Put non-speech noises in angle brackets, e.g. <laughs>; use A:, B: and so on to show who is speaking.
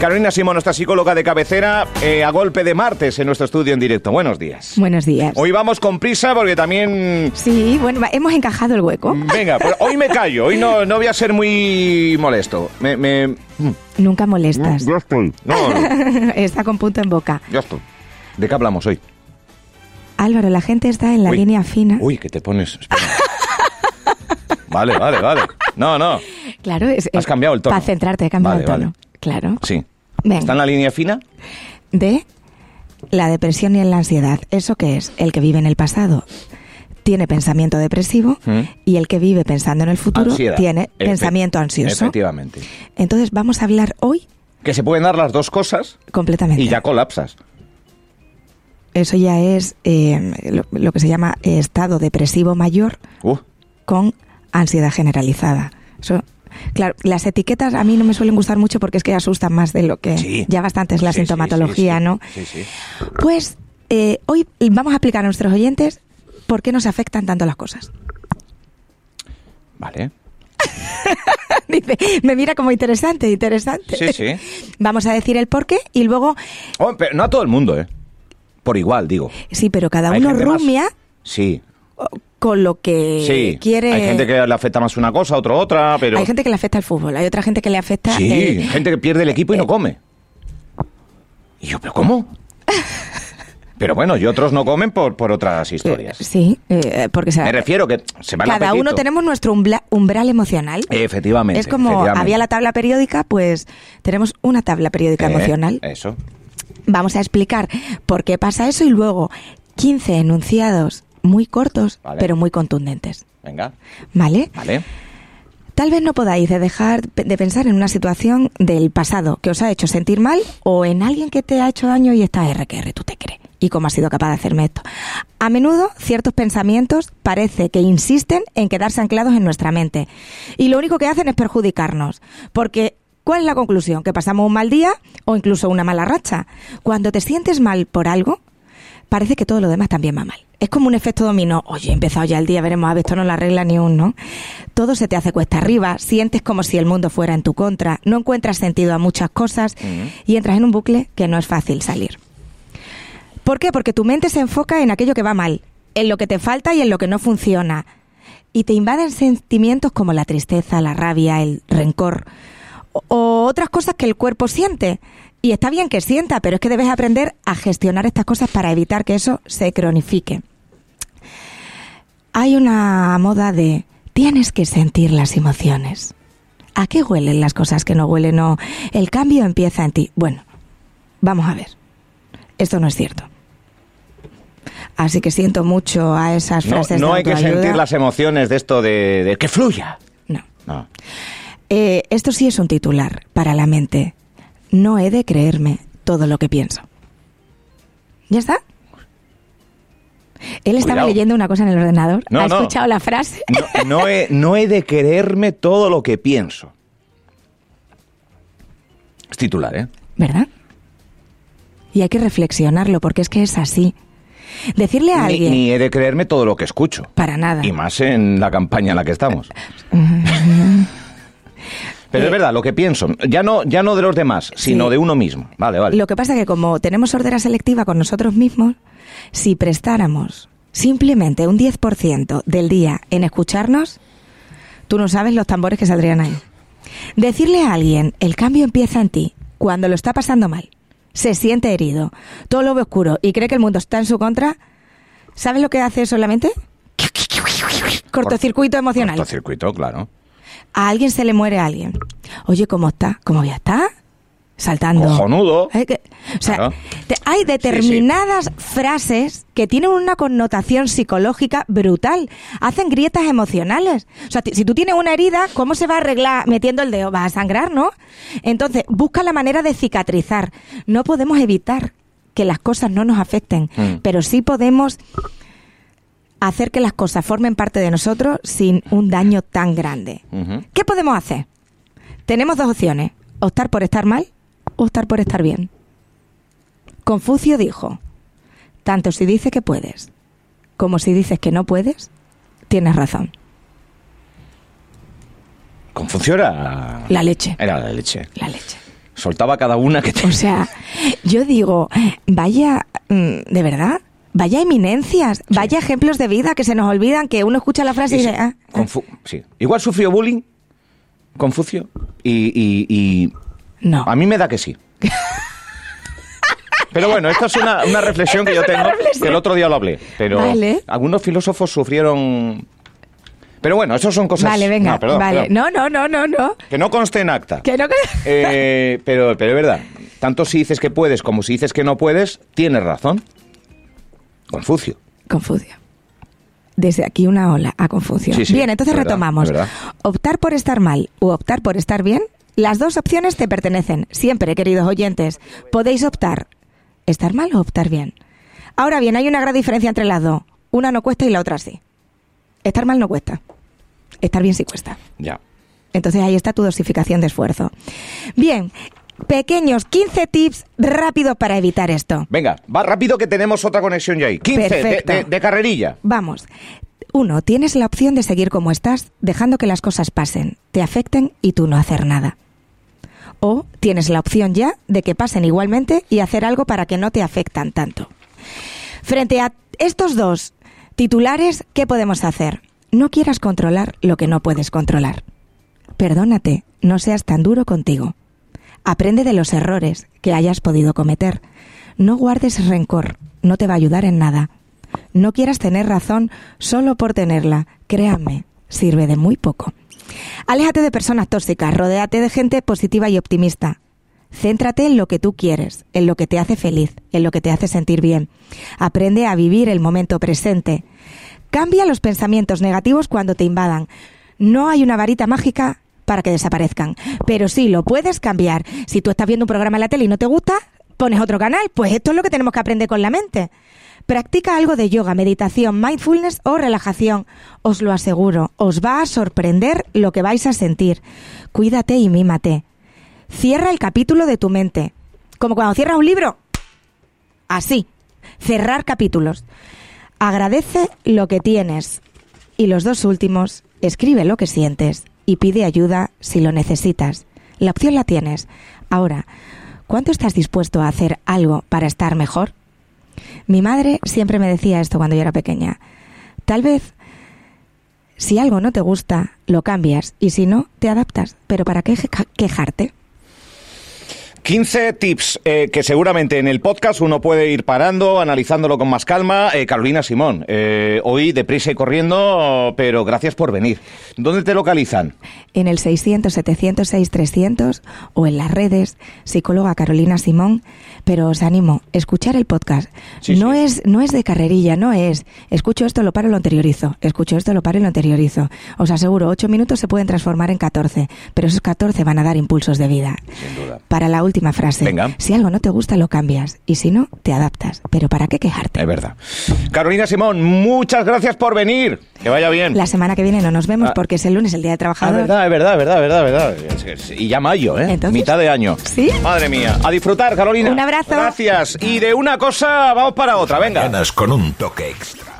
A: Carolina Simón, nuestra psicóloga de cabecera, eh, a golpe de martes en nuestro estudio en directo. Buenos días.
B: Buenos días.
A: Hoy vamos con prisa porque también...
B: Sí, bueno, va- hemos encajado el hueco.
A: Venga, pues hoy me callo, hoy no, no voy a ser muy molesto. Me, me- Mm,
B: Nunca molestas.
A: Ya estoy. No, no,
B: <laughs> está con punto en boca.
A: ya estoy. ¿De qué hablamos hoy?
B: Álvaro, la gente está en la
A: Uy.
B: línea fina.
A: Uy, que te pones... espera. Vale, vale, vale. No, no.
B: Claro, es,
A: Has cambiado el tono.
B: Para centrarte, he cambiado
A: Vale,
B: el tono. Claro.
A: Sí.
B: Venga.
A: ¿Está en la línea fina?
B: De la depresión y la ansiedad. ¿Eso qué es? El que vive en el pasado tiene pensamiento depresivo
A: Mm.
B: y el que vive pensando en el futuro
A: Ansiedad.
B: tiene
A: Efe-
B: pensamiento ansioso.
A: Efectivamente.
B: Entonces vamos a hablar hoy
A: Que se pueden dar las dos cosas
B: completamente.
A: y ya colapsas.
B: Eso ya es eh, lo, lo que se llama eh, estado depresivo mayor
A: Uh,
B: con ansiedad generalizada. Eso, claro, las etiquetas a mí no me suelen gustar mucho porque es que asustan más de lo que
A: sí.
B: Eh, ya bastante es la
A: Sí, sí,
B: sintomatología,
A: sí, sí.
B: ¿no?
A: Sí, sí.
B: Pues eh, hoy vamos a explicar a nuestros oyentes por qué nos afectan tanto las cosas. <laughs>
A: Vale.
B: Dice, me mira como interesante, interesante.
A: Sí, sí.
B: Vamos a decir el por qué y luego,
A: Oh, pero no a todo el mundo, ¿eh? Por igual, digo.
B: sí, pero cada
A: Hay
B: uno
A: gente más-
B: rumia
A: Sí,
B: con lo que
A: sí.
B: quiere.
A: Hay gente que le afecta más una cosa, otra otra, pero...
B: Hay gente que le afecta el fútbol, hay otra gente que eh, le afecta.
A: sí,
B: el-
A: gente que pierde el equipo y no come. Y yo, ¿pero
B: <laughs>
A: cómo? pero bueno, y otros no comen por, por otras historias.
B: eh, sí, eh, porque se-
A: Me refiero que se van
B: cada uno tenemos nuestro umbla- umbral emocional.
A: Efectivamente.
B: es como
A: Eh, efectivamente.
B: había la tabla periódica, pues tenemos una tabla periódica
A: Eh,
B: emocional.
A: Eso.
B: Vamos a explicar por qué pasa eso y luego 15 enunciados muy cortos,
A: Vale.
B: pero muy contundentes.
A: Venga,
B: ¿Vale?
A: vale.
B: Tal vez no podáis de dejar pe- de pensar en una situación del pasado que os ha hecho sentir mal o en alguien que te ha hecho daño y está RQR, tú te crees. ¿Y cómo has sido capaz de hacerme esto? A menudo ciertos pensamientos parece que insisten en quedarse anclados en nuestra mente y lo único que hacen es perjudicarnos, porque ¿cuál es la conclusión? Que pasamos un mal día o incluso una mala racha. Cuando te sientes mal por algo, parece que todo lo demás también va mal. Es como un efecto dominó. Oye, he empezado ya el día, veremos, a ver, esto no lo arregla ni un, ¿no? Todo se te hace cuesta arriba, sientes como si el mundo fuera en tu contra, no encuentras sentido a muchas cosas y entras en un bucle que no es fácil salir. ¿Por qué? Porque tu mente se enfoca en aquello que va mal, en lo que te falta y en lo que no funciona. Y te invaden sentimientos como la tristeza, la rabia, el rencor o- o otras cosas que el cuerpo siente. Y está bien que sienta, pero es que debes aprender a gestionar estas cosas para evitar que eso se cronifique. Hay una moda de tienes que sentir las emociones. ¿A qué huelen las cosas que no huelen o el cambio empieza en ti? Bueno, vamos a ver. Esto no es cierto. Así que siento mucho a esas
A: No,
B: frases
A: no
B: de
A: hay que
B: autoayuda.
A: sentir las emociones de esto de, de que fluya.
B: No.
A: No.
B: Eh, esto sí es un titular para la mente. No he de creerme todo lo que pienso. ¿Ya está? Él estaba
A: Cuidado.
B: leyendo una cosa en el ordenador.
A: No,
B: ¿Ha
A: no.
B: escuchado la frase?
A: No, no he, no he de quererme todo lo que pienso. Es titular, ¿eh?
B: ¿Verdad? Y hay que reflexionarlo porque es que es así. Decirle a
A: Ni,
B: alguien...
A: ni he de creerme todo lo que escucho.
B: Para nada.
A: Y más en la campaña en la que estamos. Pero es verdad, lo que pienso, ya no, ya no de los demás, sino
B: Eh, Sí.
A: de uno mismo. Vale, vale.
B: Lo que pasa es que como tenemos sordera selectiva con nosotros mismos, si prestáramos simplemente un 10% del día en escucharnos, tú no sabes los tambores que saldrían ahí. Decirle a alguien, el cambio empieza en ti, cuando lo está pasando mal, se siente herido, todo lo ve oscuro y cree que el mundo está en su contra, ¿sabes lo que hace solamente? Cortocircuito emocional.
A: Cortocircuito, claro.
B: A alguien se le muere a alguien. Oye, ¿cómo está? ¿Cómo voy a estar? Saltando.
A: Cojonudo.
B: Hay que- o sea,
A: Claro.
B: te- hay determinadas frases que tienen una connotación psicológica brutal. Hacen grietas emocionales. O sea, ti- si tú tienes una herida, ¿cómo se va a arreglar metiendo el dedo? Vas a sangrar, ¿no? Entonces, busca la manera de cicatrizar. No podemos evitar que las cosas no nos afecten,
A: Mm.
B: pero sí podemos hacer que las cosas formen parte de nosotros sin un daño tan grande.
A: Ujú.
B: ¿Qué podemos hacer? Tenemos dos opciones, optar por estar mal o optar por estar bien. Confucio dijo, tanto si dices que puedes como si dices que no puedes, tienes razón.
A: Confucio era...
B: La leche.
A: Era la leche.
B: La leche.
A: Soltaba cada una que te...
B: O sea, yo digo, vaya, mm, de verdad, vaya eminencias, vaya ejemplos de vida que se nos olvidan, que uno escucha la frase y
A: Ese-
B: dice, ah, ah,
A: Confu- sí. Igual sufrió bullying Confucio y, y- y
B: no.
A: a mí me da que
B: <laughs>
A: sí. Pero bueno, esta es una, una reflexión que yo
B: Esta es una
A: tengo,
B: reflexión.
A: que el otro día lo hablé. Pero
B: Vale.
A: algunos filósofos sufrieron... Pero bueno, eso son cosas...
B: Vale, venga,
A: No, perdón,
B: vale.
A: perdón.
B: No, no, no, no, no.
A: Que no conste en acta.
B: Que no. que-
A: Eh, pero, pero es verdad, tanto si dices que puedes como si dices que no puedes, tienes razón. Confucio.
B: Confucio. Desde aquí una ola a Confucio.
A: Sí, sí,
B: bien, entonces
A: es verdad,
B: retomamos.
A: es verdad.
B: Optar por estar mal u optar por estar bien, las dos opciones te pertenecen. Siempre, queridos oyentes, podéis optar estar mal o optar bien. Ahora bien, hay una gran diferencia entre las dos. Una no cuesta y la otra sí. Estar mal no cuesta. Estar bien sí cuesta.
A: Ya.
B: Entonces ahí está tu dosificación de esfuerzo. Bien, pequeños 15 tips rápidos para evitar esto.
A: Venga, va rápido que tenemos otra conexión ya ahí. 15 de,
B: Perfecto.
A: de- de carrerilla.
B: Vamos. Uno, tienes la opción de seguir como estás, dejando que las cosas pasen, te afecten y tú no hacer nada. O tienes la opción ya de que pasen igualmente y hacer algo para que no te afectan tanto. Frente a estos dos titulares, ¿qué podemos hacer? No quieras controlar lo que no puedes controlar. Perdónate, no seas tan duro contigo. Aprende de los errores que hayas podido cometer. No guardes rencor, no te va a ayudar en nada. No quieras tener razón solo por tenerla. Créanme, sirve de muy poco. Aléjate de personas tóxicas, rodéate de gente positiva y optimista. Céntrate en lo que tú quieres, en lo que te hace feliz, en lo que te hace sentir bien. Aprende a vivir el momento presente. Cambia los pensamientos negativos cuando te invadan. No hay una varita mágica para que desaparezcan, pero sí lo puedes cambiar. Si tú estás viendo un programa en la tele y no te gusta, pones otro canal. Pues esto es lo que tenemos que aprender con la mente. Practica algo de yoga, meditación, mindfulness o relajación. Os lo aseguro, os va a sorprender lo que vais a sentir. Cuídate y mímate. Cierra el capítulo de tu mente. Como cuando cierras un libro. Así. Cerrar capítulos. Agradece lo que tienes. Y los dos últimos, escribe lo que sientes y pide ayuda si lo necesitas. La opción la tienes. Ahora, ¿cuánto estás dispuesto a hacer algo para estar mejor? Mi madre siempre me decía esto cuando yo era pequeña. Tal vez si algo no te gusta, lo cambias y si no, te adaptas. Pero ¿para qué queja- quejarte?
A: 15 tips eh, que seguramente en el podcast uno puede ir parando, analizándolo con más calma. Eh, Carolina Simón, eh, hoy deprisa y corriendo, pero gracias por venir. ¿Dónde te localizan?
B: en el 600 706 300 o en las redes psicóloga Carolina Simón, pero os animo a escuchar el podcast.
A: Sí,
B: no
A: sí.
B: es no es de carrerilla, no es escucho esto lo paro y lo anteriorizo, escucho esto lo paro y lo anteriorizo. Os aseguro, 8 minutos se pueden transformar en 14, pero esos 14 van a dar impulsos de vida.
A: Sin duda.
B: Para la última frase,
A: Venga.
B: si algo no te gusta lo cambias y si no te adaptas, pero ¿para qué quejarte?
A: Es verdad. Carolina Simón, muchas gracias por venir. Que vaya bien.
B: La semana que viene no nos vemos
A: Ah.
B: porque es el lunes, el día de
A: Ah,
B: trabajador.
A: verdad, es verdad, es verdad, es verdad, es verdad. Es- es- Y ya mayo, ¿eh?
B: Entonces-
A: Mitad de año.
B: ¿Sí?
A: Madre mía. A disfrutar, Carolina.
B: Un abrazo.
A: Gracias. Y de una cosa vamos para otra, venga.
C: Mañanas con un toque extra.